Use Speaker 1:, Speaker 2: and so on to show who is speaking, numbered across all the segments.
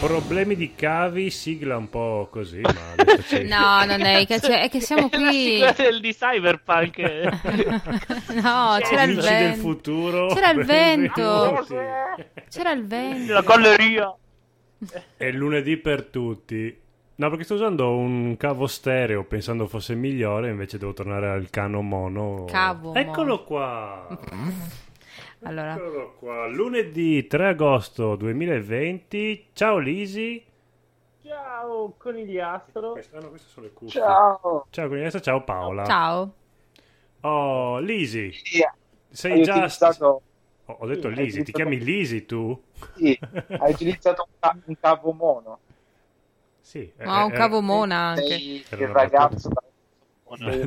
Speaker 1: Problemi di cavi, sigla un po' così, ma
Speaker 2: No, non è che, cioè, è che siamo
Speaker 3: La
Speaker 2: qui.
Speaker 3: sigla del- di Cyberpunk.
Speaker 2: No, c'era il
Speaker 1: Amici del
Speaker 2: vento.
Speaker 1: futuro.
Speaker 2: C'era il vento.
Speaker 1: benvenuti.
Speaker 2: C'era il vento.
Speaker 3: La galleria.
Speaker 1: È lunedì per tutti. No, perché sto usando un cavo stereo pensando fosse migliore, invece devo tornare al cano mono.
Speaker 2: Cavo
Speaker 1: Eccolo
Speaker 2: mono.
Speaker 1: qua.
Speaker 2: Allora,
Speaker 1: Eccolo qua. Lunedì 3 agosto 2020. Ciao Lisi.
Speaker 3: Ciao, conigliastro.
Speaker 1: Queste, ah, no, queste sono le cuffie.
Speaker 4: Ciao.
Speaker 1: Ciao quindi adesso ciao Paola.
Speaker 2: ciao.
Speaker 1: Oh, Lisi.
Speaker 4: Sì,
Speaker 1: Sei
Speaker 4: hai
Speaker 1: già
Speaker 4: utilizzato,
Speaker 1: Oh, ho detto
Speaker 4: Sì, hai
Speaker 1: Lisi, ti
Speaker 4: utilizzato-
Speaker 1: chiami Lisi tu?
Speaker 4: sì, hai utilizzato un, ca- un cavo mono.
Speaker 1: Sì, eh,
Speaker 2: Ma ho un
Speaker 1: eh,
Speaker 2: cavo mona anche.
Speaker 4: Sei
Speaker 1: Era
Speaker 4: il
Speaker 1: una
Speaker 4: ragazzo sei il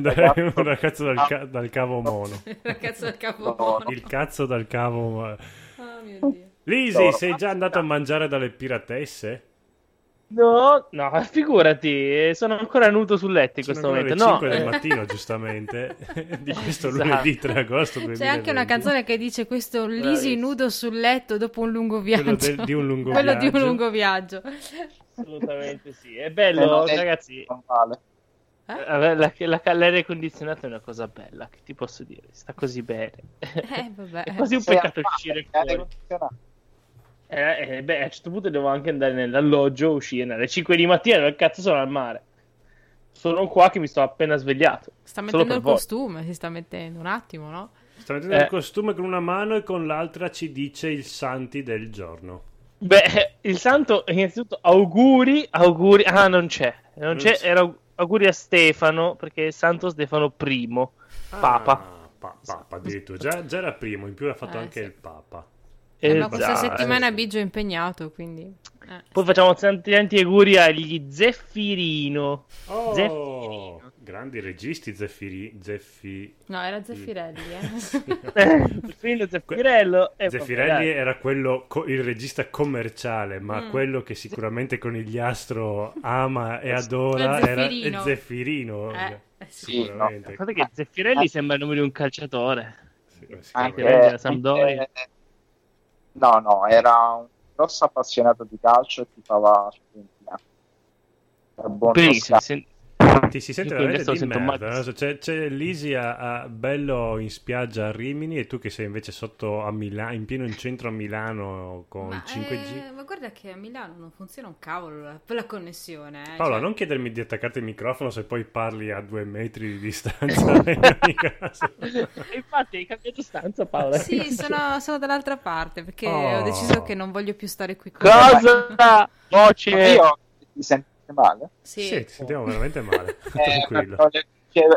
Speaker 1: Dai, un ragazzo dal, ca- dal cavo mono.
Speaker 2: Cazzo del cavo
Speaker 4: No, mono.
Speaker 1: Il cazzo dal cavo mono.
Speaker 2: Oh mio dio.
Speaker 1: Lisi,
Speaker 4: No,
Speaker 1: sei
Speaker 4: no.
Speaker 1: già andato a mangiare dalle piratesse?
Speaker 3: No, no, figurati, eh, sono ancora nudo sul letto in
Speaker 1: Sono
Speaker 3: questo
Speaker 1: ancora
Speaker 3: momento.
Speaker 1: le
Speaker 3: No,
Speaker 1: 5 del
Speaker 3: eh,
Speaker 1: mattino, giustamente, di questo
Speaker 3: Esatto.
Speaker 1: lunedì 3 agosto 2020.
Speaker 2: C'è anche una canzone che dice questo Lisi
Speaker 3: Bravissimo.
Speaker 2: nudo sul letto dopo un lungo
Speaker 1: Quello
Speaker 2: viaggio.
Speaker 1: del- di un lungo
Speaker 2: Quello di
Speaker 1: viaggio.
Speaker 2: un lungo viaggio.
Speaker 3: assolutamente sì. È
Speaker 4: Eh,
Speaker 3: bello,
Speaker 4: non è-
Speaker 3: ragazzi.
Speaker 4: non vale.
Speaker 3: eh, La, la caldaria condizionata è una cosa bella, che ti posso dire? Sta così bene.
Speaker 2: Eh, vabbè.
Speaker 3: È quasi un
Speaker 4: Sei
Speaker 3: peccato
Speaker 4: armato,
Speaker 3: uscire
Speaker 4: l'aria
Speaker 3: fuori.
Speaker 4: condizionata.
Speaker 3: Eh, eh, beh, a un certo punto devo anche andare nell'alloggio, uscire alle 5 di mattina, dove cazzo sono al mare? Sono qua che mi sto appena svegliato.
Speaker 2: Sta
Speaker 3: Solo
Speaker 2: mettendo
Speaker 3: per
Speaker 2: il
Speaker 3: voi.
Speaker 2: costume, si sta mettendo un attimo, no?
Speaker 1: Sta mettendo il
Speaker 3: Eh.
Speaker 1: costume con una mano e con l'altra ci dice il santi del giorno.
Speaker 3: Beh, il santo, innanzitutto, auguri, auguri. Ah, non c'è, non c'è.
Speaker 1: c'è.
Speaker 3: Era auguri a Stefano, perché è il santo Stefano I. Papa.
Speaker 1: Ah, pa- papa addirittura. Già, già era primo, in più ha fatto
Speaker 2: Eh,
Speaker 1: anche
Speaker 2: sì.
Speaker 1: il papa.
Speaker 2: Eh,
Speaker 3: Eh,
Speaker 2: ma questa
Speaker 3: già,
Speaker 2: settimana
Speaker 1: eh.
Speaker 2: Biggio è impegnato, quindi... eh.
Speaker 3: Poi facciamo tanti, tanti auguri agli Zeffirino.
Speaker 1: Oh,
Speaker 3: Zeffirino.
Speaker 1: grandi registi Zeffiri, Zeffi...
Speaker 3: Eh,
Speaker 2: No, era Zeffirelli, eh.
Speaker 3: Zeffirino, Zeffirello. eh, vabbè,
Speaker 1: Zeffirelli
Speaker 3: dai.
Speaker 1: era quello, co- il regista commerciale, ma
Speaker 2: Mm.
Speaker 1: quello che sicuramente con il Conigliastro ama e adora
Speaker 2: Lo
Speaker 1: era
Speaker 2: Zeffirino.
Speaker 1: è Zeffirino.
Speaker 2: Eh,
Speaker 4: sì.
Speaker 1: Sicuramente.
Speaker 3: Guardate che Zeffirelli sembra il nome di un calciatore.
Speaker 1: Sì, sì,
Speaker 3: Anche
Speaker 1: sicuramente.
Speaker 3: Angela Sampdoria.
Speaker 4: eh, no, no, era un grosso appassionato di calcio e tifava Fiorentina. Era buon
Speaker 3: Benissimo.
Speaker 4: toscano.
Speaker 3: se-
Speaker 1: Ti si
Speaker 3: Io
Speaker 1: sente
Speaker 3: con il
Speaker 1: veramente
Speaker 3: gesto
Speaker 1: di
Speaker 3: sento
Speaker 1: merda,
Speaker 3: Max.
Speaker 1: no? C'è, c'è Lisi a, a bello in spiaggia a Rimini e tu che sei invece sotto a Milano, in pieno in centro a Milano con il 5G.
Speaker 2: ma eh, guarda che a Milano non funziona un cavolo la, la connessione. eh, cioè
Speaker 1: Paola, non chiedermi di attaccarti il microfono se poi parli a due metri di distanza. in ogni caso.
Speaker 3: E Infatti, hai cambiato stanza, Paola.
Speaker 2: Sì, sono, sono dall'altra parte perché
Speaker 1: Oh.
Speaker 2: ho deciso che non voglio più stare qui. con
Speaker 3: Cosa? Voce.
Speaker 4: Io ti senti male?
Speaker 2: Sì.
Speaker 1: Sì. ti sentiamo veramente male.
Speaker 4: Eh,
Speaker 1: Tranquillo.
Speaker 4: perché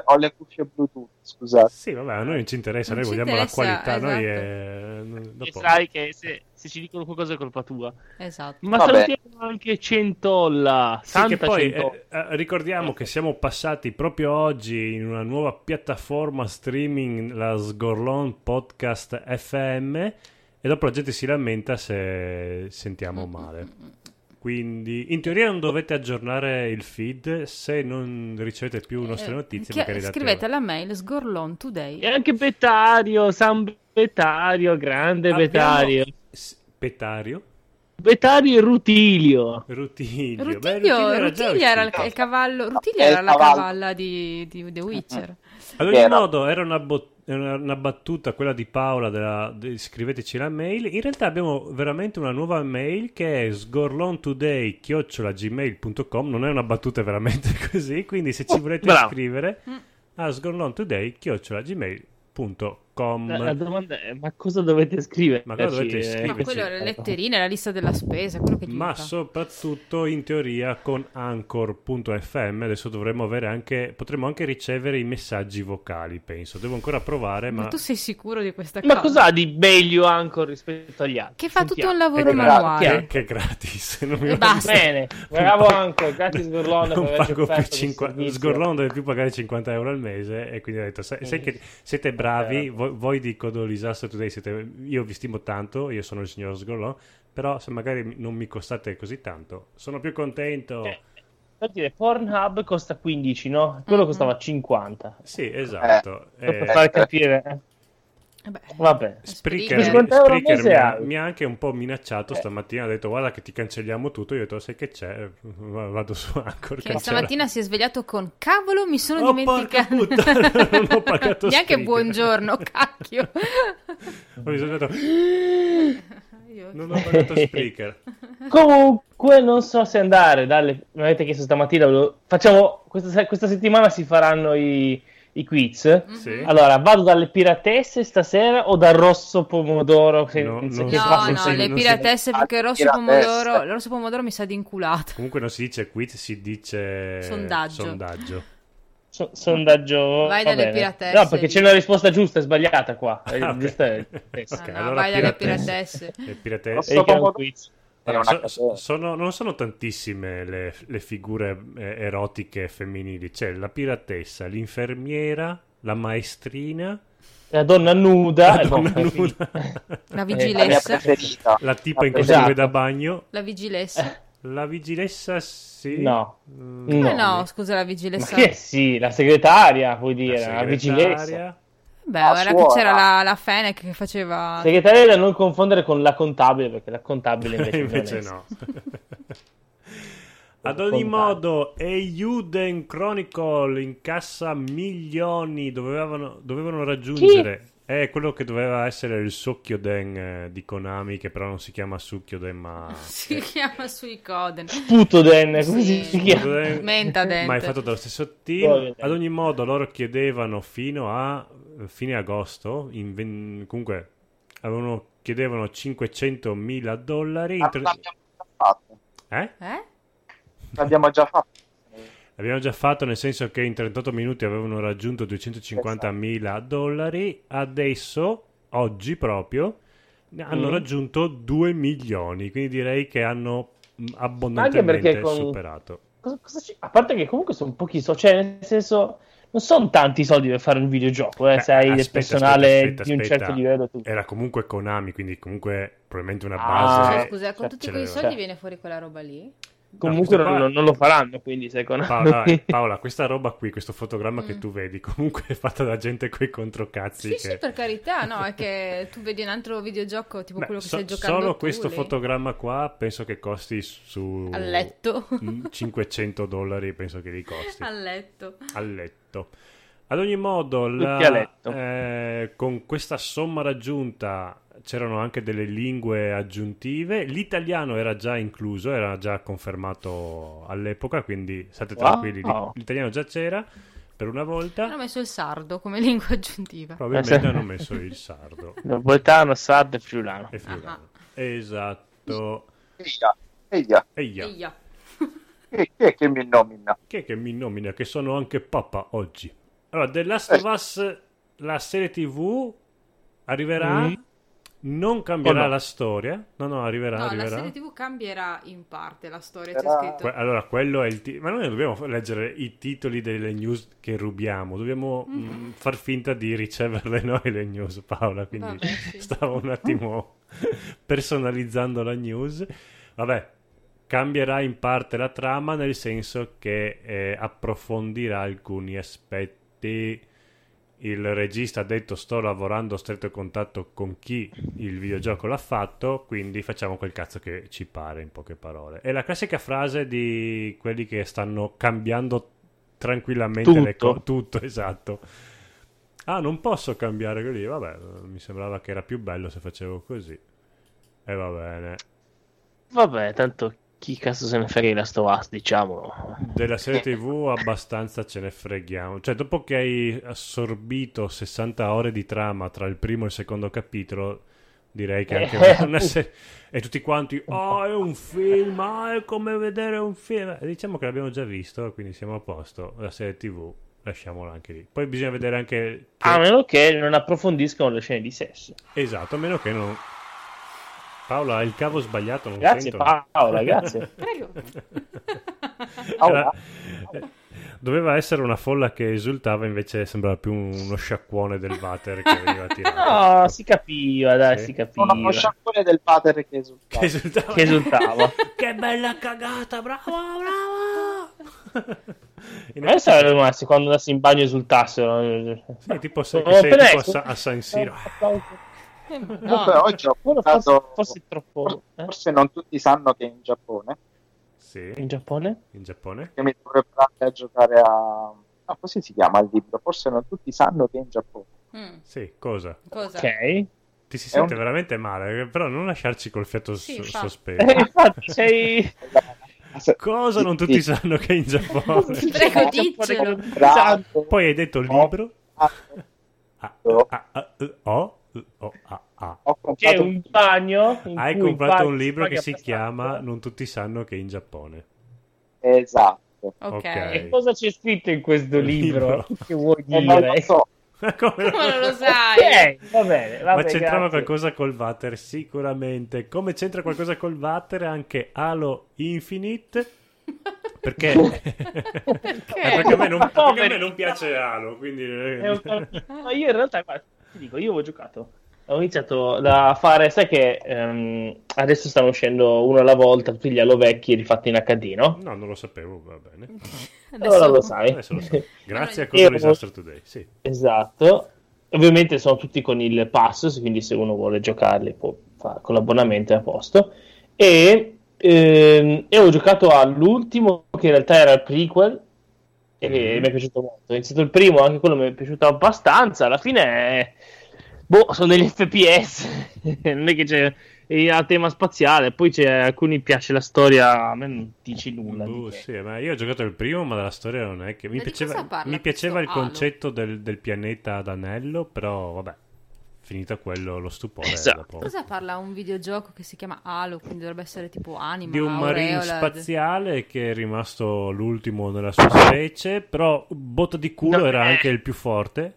Speaker 4: ho, le cuffie, ho le cuffie Bluetooth, scusate.
Speaker 1: Sì, vabbè, a noi non ci interessa,
Speaker 2: Non
Speaker 1: noi
Speaker 2: ci
Speaker 1: vogliamo la
Speaker 2: interessa,
Speaker 1: qualità. Noi
Speaker 2: esatto.
Speaker 1: è...
Speaker 3: E
Speaker 1: dopo-
Speaker 3: sai che se, se ci dicono qualcosa è colpa tua.
Speaker 2: Esatto.
Speaker 3: Ma
Speaker 4: Vabbè.
Speaker 3: salutiamo anche Centolla.
Speaker 1: Sì,
Speaker 3: Santa
Speaker 1: che poi
Speaker 3: Centolla.
Speaker 1: eh, eh, ricordiamo che siamo passati proprio oggi in una nuova piattaforma streaming, la Sgorlon Podcast FM, e dopo la gente si lamenta se sentiamo male. Quindi in teoria non dovete aggiornare il feed se non ricevete più nostre
Speaker 2: Eh,
Speaker 1: notizie.
Speaker 2: chi-
Speaker 1: magari date- Eh,
Speaker 2: scrivete alla mail sgorlon today.
Speaker 3: E anche Betario, San Betario, grande
Speaker 1: Abbiamo-
Speaker 3: Betario.
Speaker 1: S- Petario?
Speaker 3: Betario e Rutilio.
Speaker 1: Rutilio. Beh,
Speaker 2: Rutilio,
Speaker 1: già
Speaker 2: Rutilio era il,
Speaker 1: uscito.
Speaker 2: il cavallo, Rutilio
Speaker 4: È il
Speaker 2: era la
Speaker 4: cavallo.
Speaker 2: cavalla di, di The Witcher.
Speaker 1: Ad ogni
Speaker 4: Era.
Speaker 1: modo, era una, bo- era una battuta quella di Paola. Della, de- scriveteci la mail. In realtà abbiamo veramente una nuova mail che è sgorlontoday.gmail.com. Non è una battuta, è veramente così. Quindi, se ci
Speaker 3: Oh,
Speaker 1: volete
Speaker 3: bravo.
Speaker 1: scrivere
Speaker 2: Mm.
Speaker 1: a sgorlontoday.gmail.com.
Speaker 3: La, la domanda è: ma cosa dovete scrivere?
Speaker 1: Ma cosa dovete
Speaker 3: Eh,
Speaker 1: scriverci?
Speaker 2: Ma
Speaker 1: Sì,
Speaker 2: quello
Speaker 3: questo-
Speaker 2: era le letterine, la lista della spesa, quello che gli
Speaker 1: Ma
Speaker 2: fa.
Speaker 1: soprattutto in teoria con Anchor.fm adesso dovremmo avere anche potremmo anche ricevere i messaggi vocali, penso. Devo ancora provare, ma,
Speaker 2: Ma tu sei sicuro di questa
Speaker 3: Ma
Speaker 2: cosa?
Speaker 3: cos'ha di meglio Anchor rispetto agli altri?
Speaker 2: Che fa tutto un
Speaker 3: Sentiamo.
Speaker 1: È
Speaker 2: lavoro
Speaker 1: gra- che,
Speaker 2: manuale.
Speaker 1: che è gratis. Non mi
Speaker 2: E
Speaker 1: va-
Speaker 2: basta.
Speaker 3: Bene, bravo Anchor, grazie Sgorlon per
Speaker 1: Non
Speaker 3: averci
Speaker 1: pago
Speaker 3: offerto
Speaker 1: più
Speaker 3: questo
Speaker 1: 50
Speaker 3: servizio.
Speaker 1: Sgorlon deve più pagare 50 euro al mese e quindi ho detto, sai, sai che siete bravi, voi, vo- voi di Codolisaster Today siete, io vi stimo tanto, io sono il signor Sgorlò, però se magari non mi costate così tanto, sono più contento.
Speaker 3: Eh, Per dire, Pornhub costa 15, no? Quello
Speaker 2: Mhm.
Speaker 3: costava 50.
Speaker 1: Sì, esatto.
Speaker 3: Per
Speaker 1: Eh,
Speaker 3: far capire. eh.
Speaker 2: Vabbè.
Speaker 3: Vabbè. Spreaker.
Speaker 1: Spreaker,
Speaker 3: 50 euro al
Speaker 1: Spreaker
Speaker 3: mese
Speaker 1: mi, ha,
Speaker 3: hai.
Speaker 1: mi ha anche un po' minacciato
Speaker 3: Eh.
Speaker 1: stamattina, ha detto guarda che ti cancelliamo tutto, io ho detto sai che c'è, Eh, vado su Anchor.
Speaker 2: Che
Speaker 1: cancella.
Speaker 2: stamattina si è svegliato con cavolo, mi sono
Speaker 1: Oh, porca
Speaker 2: dimenticato.
Speaker 1: puttana, non ho pagato
Speaker 2: Neanche
Speaker 1: Spreaker.
Speaker 2: buongiorno, cacchio.
Speaker 1: Ho risolto-
Speaker 2: Io-
Speaker 1: non ho pagato Spreaker.
Speaker 3: Comunque, non so se andare. Dalle... Mi avete chiesto stamattina. volevo- Facciamo. Questa, se- questa settimana si faranno i, i quiz.
Speaker 2: Mhm.
Speaker 1: Sì.
Speaker 3: Allora, vado dalle piratesse stasera o dal rosso pomodoro? Che,
Speaker 1: No,
Speaker 3: se-
Speaker 1: no.
Speaker 3: che fa
Speaker 2: No,
Speaker 1: non
Speaker 2: no,
Speaker 1: si-
Speaker 3: senso?
Speaker 2: le
Speaker 1: non si-
Speaker 2: piratesse perché il rosso
Speaker 4: Piratesse.
Speaker 2: pomodoro, il rosso pomodoro mi sa di inculato.
Speaker 1: Comunque non si dice quiz, si dice
Speaker 2: Sondaggio.
Speaker 1: sondaggio.
Speaker 3: So- sondaggio.
Speaker 2: Vai
Speaker 3: va
Speaker 2: dalle
Speaker 3: bene.
Speaker 2: piratesse,
Speaker 3: No, perché
Speaker 2: dici.
Speaker 3: c'è una risposta giusta e sbagliata qua. La
Speaker 1: Ah, ok.
Speaker 3: giusta eh, è la
Speaker 1: Ok,
Speaker 3: stessa.
Speaker 2: Ah, no,
Speaker 1: allora
Speaker 2: vai dalle
Speaker 1: piratesse.
Speaker 2: piratesse.
Speaker 1: Le piratesse-
Speaker 4: Rosso
Speaker 3: E che è un
Speaker 4: pomodoro.
Speaker 3: quiz.
Speaker 4: Era
Speaker 1: Allora,
Speaker 4: una
Speaker 1: Eh, so-
Speaker 4: catena.
Speaker 1: sono- non sono tantissime le, le figure eh, erotiche femminili. C'è la piratessa, l'infermiera, la maestrina,
Speaker 3: La donna nuda. eh,
Speaker 1: la donna
Speaker 3: no, è finita.
Speaker 1: nuda, Eh,
Speaker 2: La
Speaker 4: la mia
Speaker 2: vigilessa,
Speaker 4: preferita.
Speaker 1: la tipa in
Speaker 4: Esatto.
Speaker 1: costume da bagno,
Speaker 2: la vigilessa.
Speaker 1: la vigilessa sì.
Speaker 3: No.
Speaker 1: Mm,
Speaker 3: No.
Speaker 2: Eh
Speaker 1: come
Speaker 2: no, scusa la vigilessa.
Speaker 3: Ma che sì, la segretaria, vuoi
Speaker 1: La
Speaker 3: dire, la,
Speaker 1: segretaria.
Speaker 3: vigilessa.
Speaker 2: Beh,
Speaker 4: La
Speaker 2: ora che
Speaker 4: suora.
Speaker 2: c'era la, la Fenech che faceva
Speaker 3: Segretaria da non confondere con la contabile, perché la contabile invece, non
Speaker 1: Invece
Speaker 3: è.
Speaker 1: no. Ad ogni
Speaker 3: Contabile.
Speaker 1: modo, Euden Chronicle incassa milioni, dovevano, dovevano raggiungere. È quello che doveva essere il Sukkyoden eh, di Konami, che però non si chiama Sukkyoden, ma...
Speaker 2: si chiama sui coden.
Speaker 3: Putoden, come
Speaker 2: Sì.
Speaker 3: si chiama?
Speaker 1: Sukkyoden,
Speaker 2: Mentadent.
Speaker 1: Ma è fatto dallo stesso team.
Speaker 3: Sukkyoden.
Speaker 1: Ad ogni modo, loro chiedevano fino a eh, fine agosto, in ven- comunque avevano, chiedevano 500.000 dollari. in
Speaker 4: Ah,
Speaker 1: tre-
Speaker 4: L'abbiamo già fatto.
Speaker 1: Eh?
Speaker 2: Eh?
Speaker 4: L'abbiamo già fatto.
Speaker 1: L'abbiamo già fatto nel senso che in 38 minuti avevano raggiunto 250.000
Speaker 2: Esatto.
Speaker 1: dollari, adesso, oggi proprio, ne hanno
Speaker 3: Mm.
Speaker 1: raggiunto 2 milioni, quindi direi che hanno mh, abbondantemente
Speaker 3: perché con-
Speaker 1: superato.
Speaker 3: Cosa- cosa ci- A parte che comunque sono pochi soldi, cioè nel senso non sono tanti i soldi per fare un videogioco, eh,
Speaker 1: Beh,
Speaker 3: se hai del
Speaker 1: aspetta,
Speaker 3: personale
Speaker 1: aspetta, aspetta,
Speaker 3: di un
Speaker 1: aspetta. Eh,
Speaker 3: certo livello. tu.
Speaker 1: Era comunque Konami, quindi comunque probabilmente una
Speaker 3: Ah,
Speaker 1: base...
Speaker 2: Cioè,
Speaker 3: Eh,
Speaker 2: scusa, con
Speaker 3: certo,
Speaker 2: tutti
Speaker 1: ce
Speaker 2: quei
Speaker 1: l'aveva.
Speaker 2: soldi
Speaker 3: Cioè.
Speaker 2: viene fuori quella roba lì?
Speaker 3: Comunque
Speaker 1: questo qua-
Speaker 3: non, non lo faranno, quindi secondo
Speaker 1: Paola,
Speaker 3: me.
Speaker 1: Paola, questa roba qui, questo fotogramma che
Speaker 2: Mm.
Speaker 1: tu vedi, comunque è fatta da gente coi controcazzi.
Speaker 2: Sì,
Speaker 1: che...
Speaker 2: sì, per carità, no, è che tu vedi un altro videogioco tipo
Speaker 1: Beh,
Speaker 2: quello che
Speaker 1: so-
Speaker 2: stai giocando
Speaker 1: solo
Speaker 2: tu,
Speaker 1: questo
Speaker 2: lì,
Speaker 1: fotogramma qua penso che costi su
Speaker 2: a letto.
Speaker 1: Mm, 500 dollari penso che li costi
Speaker 2: a letto.
Speaker 1: a letto ad ogni modo la-
Speaker 3: Tutti a letto.
Speaker 1: eh, con questa somma raggiunta c'erano anche delle lingue aggiuntive l'italiano era già incluso era già confermato all'epoca quindi state
Speaker 3: Wow.
Speaker 1: tranquilli l'i- l'italiano già c'era per una
Speaker 2: Hanno
Speaker 1: volta
Speaker 2: messo il sardo come lingua aggiuntiva.
Speaker 1: probabilmente
Speaker 3: Eh, sì.
Speaker 1: hanno messo il sardo
Speaker 3: Napoletano, sardo e friulano.
Speaker 1: e friulano
Speaker 2: Ah.
Speaker 1: esatto
Speaker 4: Via, via.
Speaker 1: Eia.
Speaker 2: Eia.
Speaker 1: Ah,
Speaker 4: Chi, chi è che mi nomina?
Speaker 1: Chi è che mi nomina? Che sono anche papà oggi. Allora, The Last of Us, la serie TV, arriverà.
Speaker 3: Mm.
Speaker 1: Non cambierà
Speaker 3: Oh, no.
Speaker 1: la storia. No, no, arriverà.
Speaker 2: No,
Speaker 1: arriverà. ah.
Speaker 2: la serie TV cambierà in parte la storia, c'è
Speaker 4: Era-
Speaker 2: scritto.
Speaker 1: Que- allora, quello è il titolo. Ma noi non dobbiamo leggere i titoli delle news che rubiamo, dobbiamo
Speaker 2: Mm.
Speaker 1: mh, far finta di riceverle noi le news, Paola. Quindi
Speaker 2: Vabbè, sì.
Speaker 1: stavo un attimo personalizzando la news. Vabbè, cambierà in parte la trama, nel senso che eh, approfondirà alcuni aspetti. Il regista ha detto sto lavorando a stretto contatto con chi il videogioco l'ha fatto, quindi facciamo quel cazzo che ci pare in poche parole. È la classica frase di quelli che stanno cambiando tranquillamente le
Speaker 3: Tutto.
Speaker 1: cose. Tutto, esatto. Ah, non posso cambiare così. Vabbè, mi sembrava che era più bello se facevo così. E va bene.
Speaker 3: Vabbè, tanto chi cazzo se ne frega di Last of Us, diciamo.
Speaker 1: Della serie TV abbastanza ce ne freghiamo. Cioè, dopo che hai assorbito 60 ore di trama tra il primo e il secondo capitolo, direi che anche
Speaker 3: Eh,
Speaker 1: una serie... E tutti quanti, oh, è un film, ah, è come vedere un film. Eh, Diciamo che l'abbiamo già visto, quindi siamo a posto. La serie TV, lasciamola anche lì. Poi bisogna vedere anche... che-
Speaker 3: A meno che non approfondiscono le scene di sesso.
Speaker 1: Esatto, a meno che non... Paola, ha il cavo sbagliato, non
Speaker 3: Grazie,
Speaker 1: sento.
Speaker 3: Paola, grazie.
Speaker 2: Prego.
Speaker 1: Era-
Speaker 4: Paola.
Speaker 1: Doveva essere una folla che esultava, invece sembrava più uno sciacquone del water che veniva tirato.
Speaker 3: No, si capiva, dai,
Speaker 1: Sì.
Speaker 3: si
Speaker 4: Sono uno
Speaker 3: capiva.
Speaker 4: sciacquone del padre che esulta.
Speaker 1: Che esultava.
Speaker 3: Che esultava.
Speaker 1: che bella cagata, bravo, bravo. In
Speaker 3: Ma io sarei rimasto quando andassi in bagno e esultassero.
Speaker 1: Sì, tipo se,
Speaker 3: Sono
Speaker 1: sei tipo a,
Speaker 3: fresco.
Speaker 1: Sa- a San
Speaker 3: Eh,
Speaker 1: Siro.
Speaker 2: No.
Speaker 4: Comunque oggi ho
Speaker 3: Quello forse,
Speaker 4: portato...
Speaker 3: forse è troppo. eh?
Speaker 4: Forse non tutti sanno che in Giappone,
Speaker 1: Sì,
Speaker 3: In Giappone?
Speaker 1: in Giappone.
Speaker 4: che mi dovrei andare a giocare a... Ah, così si chiama il libro, forse non tutti sanno che in Giappone.
Speaker 2: Mm,
Speaker 1: Sì, cosa?
Speaker 2: cosa?
Speaker 3: Ok. Eh,
Speaker 1: Ti si
Speaker 4: È un-
Speaker 1: sente veramente male, eh, però non lasciarci col fiato
Speaker 2: Sì,
Speaker 1: so-
Speaker 2: fa-
Speaker 1: sospeso.
Speaker 3: Eh, infatti, sei.
Speaker 4: Se-
Speaker 1: Cosa non tutti sanno che è in Giappone?
Speaker 2: Prego,
Speaker 3: Giappone diciamo,
Speaker 2: diccelo.
Speaker 3: con-
Speaker 4: Bravo.
Speaker 3: Esatto.
Speaker 1: Poi hai detto il
Speaker 4: Ho-
Speaker 1: libro? Ah, ah, ah, eh, oh, eh, oh, ah, ah.
Speaker 4: Ho
Speaker 3: C'è
Speaker 4: comprato
Speaker 3: un bagno. in
Speaker 1: Hai
Speaker 3: cui
Speaker 1: comprato
Speaker 3: paghi-
Speaker 1: un libro che
Speaker 3: paghi
Speaker 1: si
Speaker 3: abbastanza.
Speaker 1: chiama Non tutti sanno che è in Giappone.
Speaker 4: Esatto.
Speaker 2: Ok.
Speaker 1: Ok.
Speaker 3: E cosa c'è scritto in questo libro?
Speaker 1: Libro.
Speaker 3: Che vuoi
Speaker 4: E Eh, non
Speaker 3: dire?
Speaker 4: lo so,
Speaker 1: Come
Speaker 2: Ma non lo sai.
Speaker 3: Ok, va bene. va
Speaker 1: Ma
Speaker 3: bene,
Speaker 1: c'entrava
Speaker 3: grazie.
Speaker 1: qualcosa col water? Sicuramente. Come c'entra qualcosa col water anche Halo Infinite? Perché?
Speaker 2: Perché?
Speaker 1: Eh, perché a me non,
Speaker 3: No,
Speaker 1: perché a me
Speaker 3: verità.
Speaker 1: non piace Halo, quindi... eh,
Speaker 3: È un cal- No, io in realtà, guarda, ti dico, io avevo giocato. Ho iniziato da fare, sai che ehm, adesso stanno uscendo uno alla volta tutti gli Halo vecchi rifatti in HD, no?
Speaker 1: No, non lo sapevo, va bene.
Speaker 2: Adesso-
Speaker 3: Allora lo sai.
Speaker 1: Adesso lo so. Grazie a
Speaker 2: Io-
Speaker 1: Cosa Disaster Today, sì.
Speaker 3: Esatto. Ovviamente sono tutti con il pass, quindi se uno vuole giocarli può fare con l'abbonamento è a posto. E, ehm, e ho giocato all'ultimo, che in realtà era il prequel, e
Speaker 1: Mhm.
Speaker 3: mi è piaciuto molto. Ho iniziato il primo, anche quello mi è piaciuto abbastanza. Alla fine, è- boh, sono degli FPS, non è che c'è è a tema spaziale. Poi c'è, a alcuni piace la storia, a me non dici nulla. di
Speaker 1: Boh,
Speaker 3: che.
Speaker 1: sì, ma io ho giocato il primo, ma la storia non è che mi
Speaker 2: Ma di
Speaker 1: piaceva,
Speaker 2: cosa parla
Speaker 1: mi piaceva il
Speaker 2: questo Halo?
Speaker 1: concetto del, del pianeta ad anello, però vabbè, finita quello, lo stupore era
Speaker 3: Esatto.
Speaker 1: poco.
Speaker 2: Cosa parla un videogioco che si chiama Halo, quindi dovrebbe essere tipo anima,
Speaker 1: di un marine
Speaker 2: aureola,
Speaker 1: spaziale che è rimasto l'ultimo nella sua specie, però botta di culo
Speaker 3: No,
Speaker 1: era
Speaker 3: eh.
Speaker 1: anche il più forte.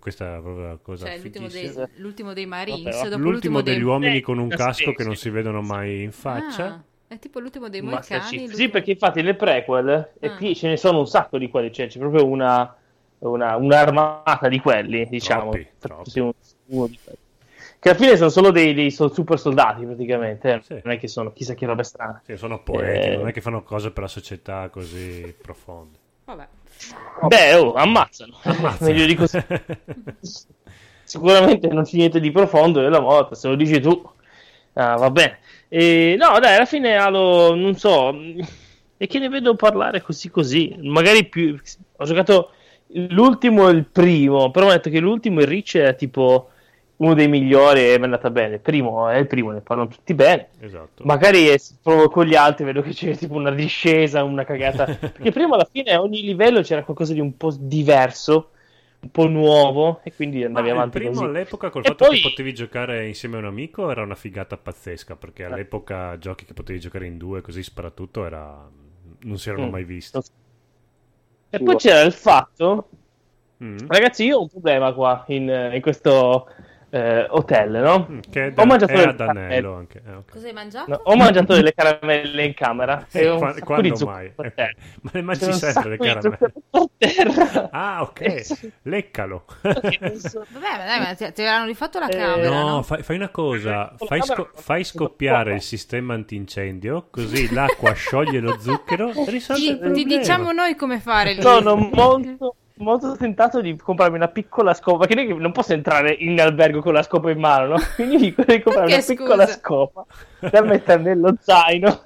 Speaker 1: Questa è proprio una cosa
Speaker 2: cioè l'ultimo dei,
Speaker 1: fighissima.
Speaker 2: l'ultimo dei Marines,
Speaker 3: Vabbè, va.
Speaker 2: dopo
Speaker 1: L'ultimo, degli
Speaker 2: dei...
Speaker 1: uomini
Speaker 3: Eh,
Speaker 1: con un
Speaker 3: sì,
Speaker 1: casco
Speaker 3: sì,
Speaker 1: che non
Speaker 3: sì.
Speaker 1: si vedono mai in faccia.
Speaker 2: Ah, è tipo l'ultimo dei
Speaker 3: Master
Speaker 2: Moicani.
Speaker 3: Chief. Sì,
Speaker 2: l'ultimo-
Speaker 3: perché infatti le prequel, e
Speaker 2: Ah.
Speaker 3: qui ce ne sono un sacco di quelli, cioè c'è proprio una, una- un'armata di quelli, diciamo.
Speaker 1: Troppi, troppi.
Speaker 3: Sì, un- uno di quelli. Che alla fine sono solo dei, dei sol- super soldati praticamente, eh.
Speaker 1: Sì.
Speaker 3: non è che sono chissà che roba strana.
Speaker 1: Sì, sono poeti,
Speaker 3: Eh.
Speaker 1: non è che fanno cose per la società così profonde.
Speaker 2: Vabbè.
Speaker 3: Beh, oh, ammazzano.
Speaker 1: Ammazza.
Speaker 3: Meglio di così. Sicuramente non c'è niente di profondo della moto, se lo dici tu. Ah, va bene. E, no, dai, alla fine Halo, non so, mh, e che ne vedo parlare così così. Magari più... Ho giocato l'ultimo e il primo, però mi hanno detto che l'ultimo, il Rich, è tipo uno dei migliori e mi è andata bene. Il primo è il primo, ne parlano tutti bene.
Speaker 1: esatto.
Speaker 3: Magari eh, provo con gli altri, vedo che c'è tipo una discesa, una cagata. Perché prima alla fine a ogni livello c'era qualcosa di un po' diverso, un po' nuovo, e quindi
Speaker 1: Ma
Speaker 3: andavi
Speaker 1: il
Speaker 3: avanti
Speaker 1: primo
Speaker 3: così.
Speaker 1: all'epoca col
Speaker 3: E
Speaker 1: fatto
Speaker 3: poi-
Speaker 1: che potevi giocare insieme a un amico era una figata pazzesca perché
Speaker 3: Eh.
Speaker 1: all'epoca giochi che potevi giocare in due così sparatutto era... non si erano
Speaker 3: Mm.
Speaker 1: mai visti.
Speaker 3: E poi c'era il fatto,
Speaker 1: Mm.
Speaker 3: ragazzi, io ho un problema qua in, in questo eh, hotel, no?
Speaker 1: Mm, Che è
Speaker 3: Ho mangiato
Speaker 1: era
Speaker 3: le
Speaker 1: ad anello anche. eh, ok.
Speaker 2: Cosa hai mangiato?
Speaker 3: No, oh. ho mangiato delle caramelle in camera.
Speaker 1: Sì,
Speaker 3: e ho un
Speaker 1: Eh, qua-
Speaker 3: sacco
Speaker 1: quando
Speaker 3: di zucchero
Speaker 1: mai?
Speaker 3: per
Speaker 1: Ok.
Speaker 3: terra.
Speaker 1: Ma le mangi
Speaker 3: C'era un
Speaker 1: sempre le
Speaker 3: sacco di
Speaker 1: caramelle.
Speaker 3: zucchero Eh, per terra.
Speaker 1: Ah, ok, leccalo.
Speaker 2: Vabbè, ma dai, ma ti, ti avevano rifatto la
Speaker 3: Eh,
Speaker 2: camera, no?
Speaker 1: No, fai, fai una cosa,
Speaker 3: Con la
Speaker 1: fai,
Speaker 3: camera
Speaker 1: sco-
Speaker 3: non
Speaker 1: fai
Speaker 3: si può
Speaker 1: scoppiare
Speaker 3: fare.
Speaker 1: il sistema antincendio, così l'acqua scioglie lo zucchero e risolve il
Speaker 2: Ti, ti
Speaker 1: problema.
Speaker 2: diciamo noi come fare lì.
Speaker 3: Sono molto, molto tentato di comprarmi una piccola scopa. Perché non è che non posso entrare in albergo con la scopa in mano, no? Quindi dico di comprare
Speaker 2: Perché,
Speaker 3: una piccola
Speaker 2: scusa?
Speaker 3: scopa da mettere nello zaino.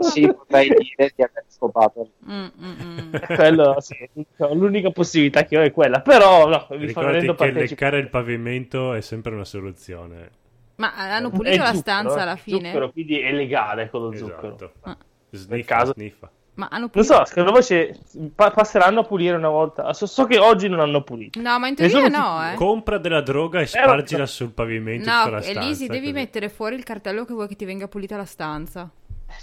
Speaker 4: sì, potrei dire di aver scopato il
Speaker 2: Mm, mm, mm.
Speaker 3: Quello, sì, diciamo, l'unica possibilità che ho è quella. Però, no, vi farò
Speaker 1: Ricordati
Speaker 3: rendo
Speaker 1: che
Speaker 3: partecipare.
Speaker 1: leccare il pavimento è sempre una soluzione.
Speaker 2: Ma eh, hanno
Speaker 3: È
Speaker 2: pulito la
Speaker 3: zucchero,
Speaker 2: stanza
Speaker 3: eh.
Speaker 2: alla fine?
Speaker 3: Zucchero, quindi è legale con lo zucchero.
Speaker 1: Esatto.
Speaker 2: Ah.
Speaker 1: Sniffa,
Speaker 3: caso-
Speaker 1: sniffa.
Speaker 2: Ma hanno
Speaker 3: Non
Speaker 2: pulito...
Speaker 3: so, secondo voi c'è- pa- passeranno a pulire una volta. So, so che oggi non hanno pulito.
Speaker 2: No, ma in teoria
Speaker 3: Nessuno
Speaker 2: no,
Speaker 3: si-
Speaker 2: eh.
Speaker 1: Compra della droga e spargila sul pavimento in tutta
Speaker 2: No,
Speaker 1: la stanza.
Speaker 2: Elisi, devi
Speaker 1: così.
Speaker 2: mettere fuori il cartello che vuoi che ti venga pulita la stanza.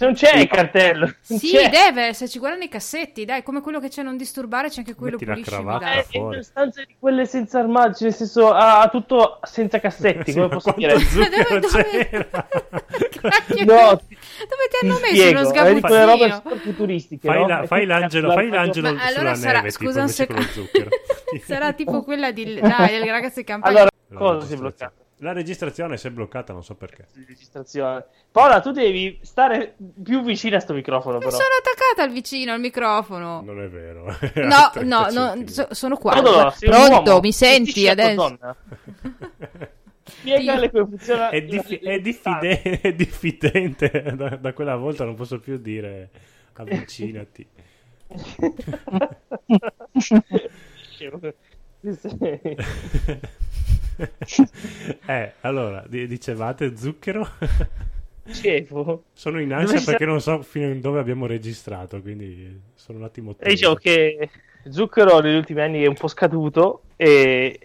Speaker 3: Non c'è il cartello. non
Speaker 2: Sì,
Speaker 3: c'è.
Speaker 2: deve esserci, guarda nei cassetti, dai, come quello che c'è non disturbare, c'è anche quello
Speaker 1: Metti la
Speaker 2: pulisci e
Speaker 1: cravatta.
Speaker 2: guida.
Speaker 3: Eh,
Speaker 1: fuori.
Speaker 3: è una stanza di quelle senza armadi, cioè nel senso ha ha tutto senza cassetti,
Speaker 1: Sì,
Speaker 3: come
Speaker 1: ma
Speaker 3: posso
Speaker 1: quanto
Speaker 3: dire?
Speaker 1: zucchero
Speaker 2: Dove- dove-
Speaker 1: c'era?
Speaker 2: Cacchio.
Speaker 3: No,
Speaker 2: Dove ti hanno
Speaker 3: ti
Speaker 2: messo
Speaker 3: spiego,
Speaker 2: uno
Speaker 3: è di quelle robe
Speaker 2: sgabuzzino?
Speaker 3: super futuristiche,
Speaker 1: Fai,
Speaker 3: no?
Speaker 1: la-
Speaker 3: E
Speaker 1: fai
Speaker 3: quindi
Speaker 1: l'angelo, fai l'angelo
Speaker 2: Ma allora
Speaker 1: sulla
Speaker 2: sarà,
Speaker 1: neve, tipo,
Speaker 2: scusa un
Speaker 1: invece con lo
Speaker 2: secondo,
Speaker 1: zucchero.
Speaker 2: sarà tipo quella di... Dai, ragazzi, campagna.
Speaker 3: Allora,
Speaker 1: La
Speaker 3: cosa si è
Speaker 1: registrazione.
Speaker 3: bloccata?
Speaker 1: La registrazione si è bloccata, non so perché.
Speaker 3: Registrazione. Paola, tu devi stare più vicina a sto microfono,
Speaker 2: non
Speaker 3: però.
Speaker 2: sono attaccata al vicino, al microfono.
Speaker 1: Non è vero.
Speaker 2: No, no, no, so- sono qua.
Speaker 3: Paola, sei un
Speaker 2: Pronto,
Speaker 3: uomo. certo,
Speaker 2: mi senti
Speaker 3: Gestisci la tua
Speaker 2: adesso?
Speaker 3: donna. Spiegale come funziona.
Speaker 1: È,
Speaker 3: la-
Speaker 1: diffi- è diffide- è diffidente. Da, da quella volta non posso più dire avvicinati. eh, allora, di- dicevate zucchero?
Speaker 3: Dicevo,
Speaker 1: Sono in
Speaker 3: Dove
Speaker 1: ansia
Speaker 3: ci
Speaker 1: perché non so fino in dove abbiamo registrato, quindi sono un attimo
Speaker 2: Eh,
Speaker 3: e dicevo
Speaker 1: teso.
Speaker 2: diciamo
Speaker 3: che Zucchero negli ultimi anni è un po' scaduto, e...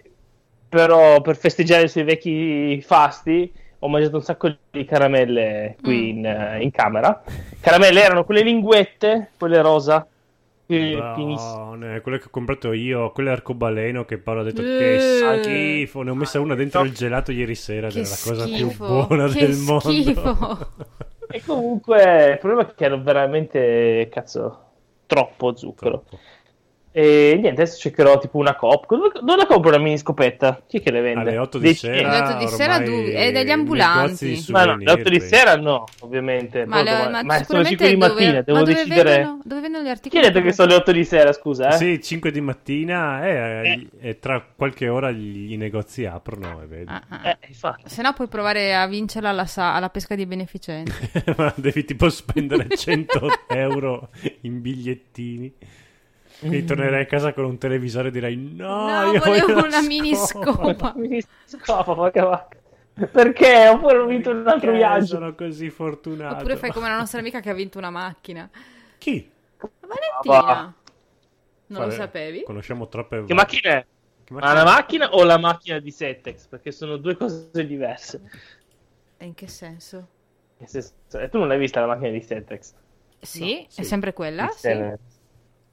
Speaker 3: però per festeggiare i suoi vecchi fasti ho mangiato un sacco di caramelle qui
Speaker 2: Mm.
Speaker 3: in, eh, in camera. Caramelle erano quelle linguette, quelle rosa, quelle finissime.
Speaker 1: Buone, quelle che ho comprato io, quelle arcobaleno che Paolo ha detto
Speaker 2: Eh.
Speaker 1: che schifo. Ne ho messa una dentro
Speaker 3: No.
Speaker 1: il gelato ieri sera ed
Speaker 2: Che
Speaker 1: era la cosa più
Speaker 2: schifo,
Speaker 1: buona
Speaker 2: che
Speaker 1: del mondo.
Speaker 2: schifo.
Speaker 3: E comunque il problema è che ero veramente, cazzo, troppo zucchero.
Speaker 1: Troppo.
Speaker 3: E niente, adesso cercherò tipo una cop. Dove, dove la compro una mini scopetta? Chi è che le vende?
Speaker 1: Alle 8 di
Speaker 3: Dei-
Speaker 1: sera.
Speaker 2: Alle 8 di sera
Speaker 1: ormai
Speaker 2: du- è dagli
Speaker 1: i
Speaker 2: ambulanti.
Speaker 1: negozi di
Speaker 3: Ma no,
Speaker 1: souvenir,
Speaker 3: alle 8 di
Speaker 1: penso.
Speaker 3: sera no, ovviamente.
Speaker 2: Ma,
Speaker 3: Ma,
Speaker 2: le-
Speaker 3: ma,
Speaker 2: ma
Speaker 3: sono 5
Speaker 2: sicuramente
Speaker 3: di
Speaker 2: dove-
Speaker 3: mattina,
Speaker 2: ma
Speaker 3: devo
Speaker 2: dove
Speaker 3: decidere.
Speaker 2: Vendono, dove vendono gli
Speaker 3: Chi ha
Speaker 2: articoli?
Speaker 3: detto che sono le 8 di sera, scusa? Eh?
Speaker 1: Sì, 5 di mattina eh, e tra qualche ora gli- i negozi aprono e vedi.
Speaker 2: Ah, ah.
Speaker 3: Eh, infatti.
Speaker 2: Se no puoi provare a vincerla alla, sa- alla pesca di beneficenza.
Speaker 1: Ma devi tipo spendere 100 euro in bigliettini. Quindi tornerai a casa con un televisore e dirai no,
Speaker 2: Mm. No,
Speaker 1: io
Speaker 2: volevo
Speaker 1: voglio la
Speaker 2: una mini scopa."
Speaker 3: Ma mi scopa, porca vacca. Perché? Oppure ho vinto un altro
Speaker 1: Perché
Speaker 3: viaggio.
Speaker 1: Eh, Sono così fortunato.
Speaker 2: Oppure fai come la nostra amica che ha vinto una macchina.
Speaker 1: Chi?
Speaker 3: Ah,
Speaker 2: Valentina. Non lo
Speaker 1: Vabbè,
Speaker 2: sapevi?
Speaker 1: Conosciamo troppe
Speaker 3: Che macchina Ah, è?
Speaker 1: Che
Speaker 3: Ma la macchina o la macchina di Settex? Perché sono due cose diverse.
Speaker 2: E Eh, in che senso?
Speaker 3: Nel senso, eh, tu non l'hai vista la macchina di Settex?
Speaker 2: Sì,
Speaker 1: No, sì.
Speaker 2: è sempre quella.
Speaker 3: Di
Speaker 2: sì.
Speaker 3: Senex.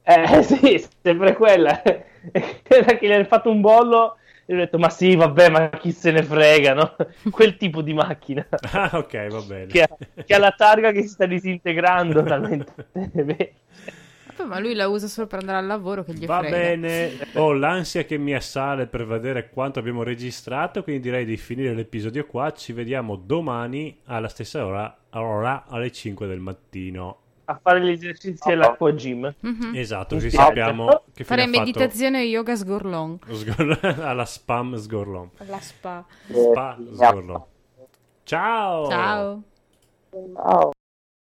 Speaker 3: Eh sì, sempre quella. Quella che gli hanno fatto un bollo e ho detto, ma sì, vabbè, ma chi se ne frega, no? Quel tipo di macchina
Speaker 1: Ah, ok, va bene.
Speaker 3: che ha, che ha la targa che si sta disintegrando talmente. bene.
Speaker 2: Vabbè, ma lui la usa solo per andare al lavoro che gli
Speaker 1: Va
Speaker 2: frega.
Speaker 1: bene, ho l'ansia che mi assale per vedere quanto abbiamo registrato, quindi direi di finire l'episodio qua. Ci vediamo domani alla stessa ora, allora alle 5 del mattino.
Speaker 3: A fare gli esercizi all'acqua gym.
Speaker 2: Mhm.
Speaker 1: Esatto,
Speaker 3: Mi
Speaker 1: così
Speaker 3: piace.
Speaker 1: sappiamo che fine
Speaker 2: Fare
Speaker 1: ha fatto
Speaker 2: meditazione e yoga sgorlon.
Speaker 1: Sgor- alla spam sgorlon.
Speaker 2: La spa.
Speaker 4: Eh,
Speaker 1: Spa sgorlon. Ciao!
Speaker 2: Ciao.
Speaker 4: Ciao.